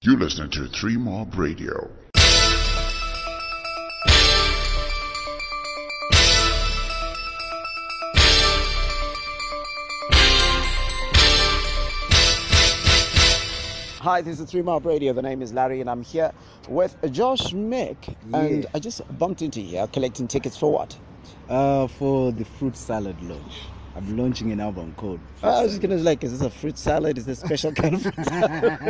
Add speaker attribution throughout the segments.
Speaker 1: You're listening to Three Mob Radio.
Speaker 2: Hi, this is Three Mob Radio. The name is Larry, and I'm here with Josh Mick. And I just bumped into you collecting tickets for what?
Speaker 3: Uh, for the fruit salad launch. I'm launching an album called. Fruit
Speaker 2: I was just gonna like, is this a fruit salad? Is this a special kind of fruit salad?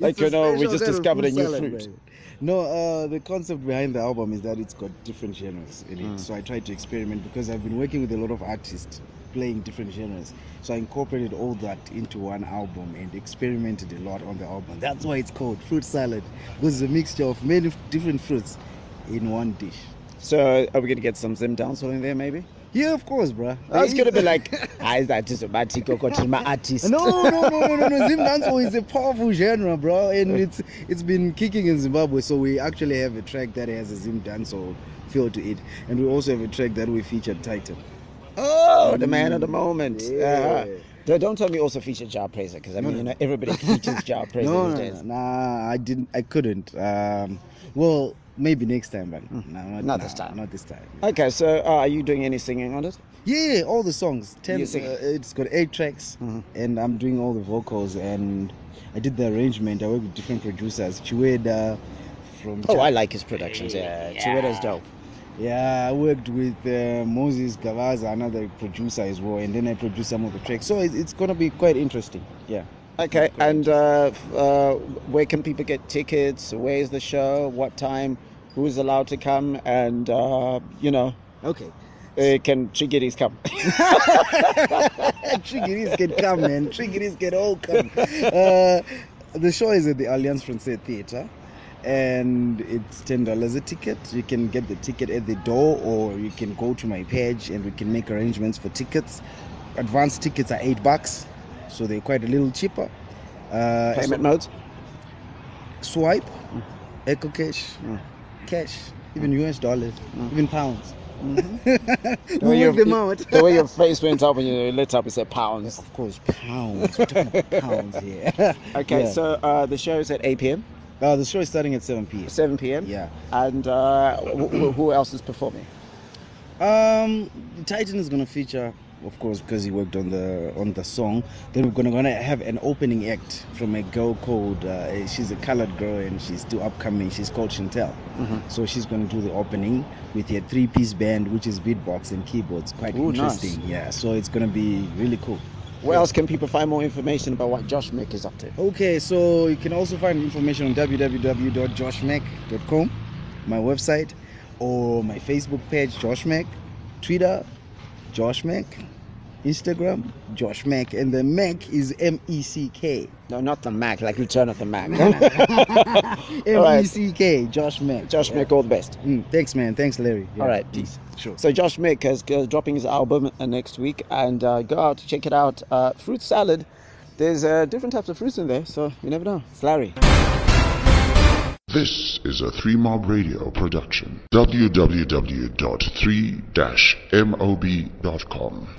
Speaker 2: like
Speaker 3: It's
Speaker 2: you know, we
Speaker 3: special
Speaker 2: just
Speaker 3: kind
Speaker 2: discovered
Speaker 3: of
Speaker 2: a new
Speaker 3: salad,
Speaker 2: fruit.
Speaker 3: man. No, uh, the concept behind the album is that it's got different genres in it. So I tried to experiment because I've been working with a lot of artists playing different genres. So I incorporated all that into one album and experimented a lot on the album. That's why it's called fruit salad because it's a mixture of many f- different fruits in one dish.
Speaker 2: So are we gonna get some Zim Downs in there maybe?
Speaker 3: Yeah, of course, bruh.
Speaker 2: I was
Speaker 3: There
Speaker 2: gonna be
Speaker 3: is-
Speaker 2: like, ah, is that just a bad tick or got to my artist?
Speaker 3: No, no, no, no, no, no. Zim dancehall is a powerful genre, bro, and it's it's been kicking in Zimbabwe. So we actually have a track that has a Zim dancehall feel to it, and we also have a track that we featured Titan.
Speaker 2: Oh, the man of the moment.
Speaker 3: yeah.
Speaker 2: Uh, don't- don't tell me you also featured Jar Praiser because I mean, you know, everybody features Jar Praiser
Speaker 3: No,
Speaker 2: these
Speaker 3: no,
Speaker 2: days.
Speaker 3: no, nah, I didn't, I couldn't. Um, well, maybe next time, but no, not,
Speaker 2: Hmm. Not this
Speaker 3: nah,
Speaker 2: time.
Speaker 3: Not this time.
Speaker 2: Okay, so uh, are you doing any singing on it?
Speaker 3: Yeah, all the songs. Ten.
Speaker 2: You
Speaker 3: Uh,
Speaker 2: sing.
Speaker 3: it's got eight tracks,
Speaker 2: Mhm.
Speaker 3: and I'm doing all the vocals. And I did the arrangement. I worked with different producers. Chiweda from.
Speaker 2: Oh,
Speaker 3: Ja-
Speaker 2: I like his productions. Yeah, Chiweda's dope.
Speaker 3: Yeah, I worked with uh, Moses Gavaza, another producer as well, and then I produced some of the tracks. So it's, it's gonna be quite interesting. Yeah.
Speaker 2: Okay, and uh, f- uh, where can people get tickets? Where is the show? What time? Who's allowed to come? And uh, you know,
Speaker 3: Okay.
Speaker 2: uh, can Chigiris come?
Speaker 3: Triggeries can come, man. Triggeries can all come. Uh, the show is at the Alliance Francaise Theatre, and it's ten dollars a ticket. You can get the ticket at the door, or you can go to my page, and we can make arrangements for tickets. Advanced tickets are eight bucks, so they're quite a little cheaper. Uh,
Speaker 2: Payment modes?
Speaker 3: swipe, echo cash,
Speaker 2: Mm.
Speaker 3: cash, even US dollars, even pounds.
Speaker 2: The way
Speaker 3: we
Speaker 2: your-
Speaker 3: work them out.
Speaker 2: the way your face went up when you lit up, it said pounds.
Speaker 3: Of course, pounds. We're talking pounds here.
Speaker 2: Okay,
Speaker 3: Yeah.
Speaker 2: so uh, the show is at 8 p.m.,
Speaker 3: Uh, the show is starting at 7 p.m.
Speaker 2: 7 p.m.
Speaker 3: Yeah.
Speaker 2: And uh, wh- wh- who else is performing?
Speaker 3: Um, Titan is gonna feature, of course, because he worked on the on the song. Then we're gonna gonna have an opening act from a girl called uh, she's a colored girl and she's still upcoming. She's called Chantel.
Speaker 2: Mm-hmm.
Speaker 3: So she's gonna do the opening with her three piece band, which is beatbox and keyboards. Quite
Speaker 2: Ooh, nice.
Speaker 3: interesting. Yeah. So it's gonna be really cool.
Speaker 2: Where else can people find more information about what Josh Mick is up to?
Speaker 3: Okay, so you can also find information on www.joshmack.com, my website, or my Facebook page, Josh Mack, Twitter, Josh Mack, Instagram, Josh Mack, and the Mac is M E C K.
Speaker 2: No, not the Mac, like Return of the Mac.
Speaker 3: M E C K, Josh Mack.
Speaker 2: Josh Mick, all the best.
Speaker 3: Mm, thanks, man. Thanks, Larry. Yeah.
Speaker 2: All right, peace.
Speaker 3: Sure.
Speaker 2: So Josh Mick is uh, dropping his album uh, next week, and uh, go out check it out. Uh, fruit salad. There's uh, different types of fruits in there, so you never know. It's Larry.
Speaker 1: This is a Three Mob Radio production. www.3-mob.com.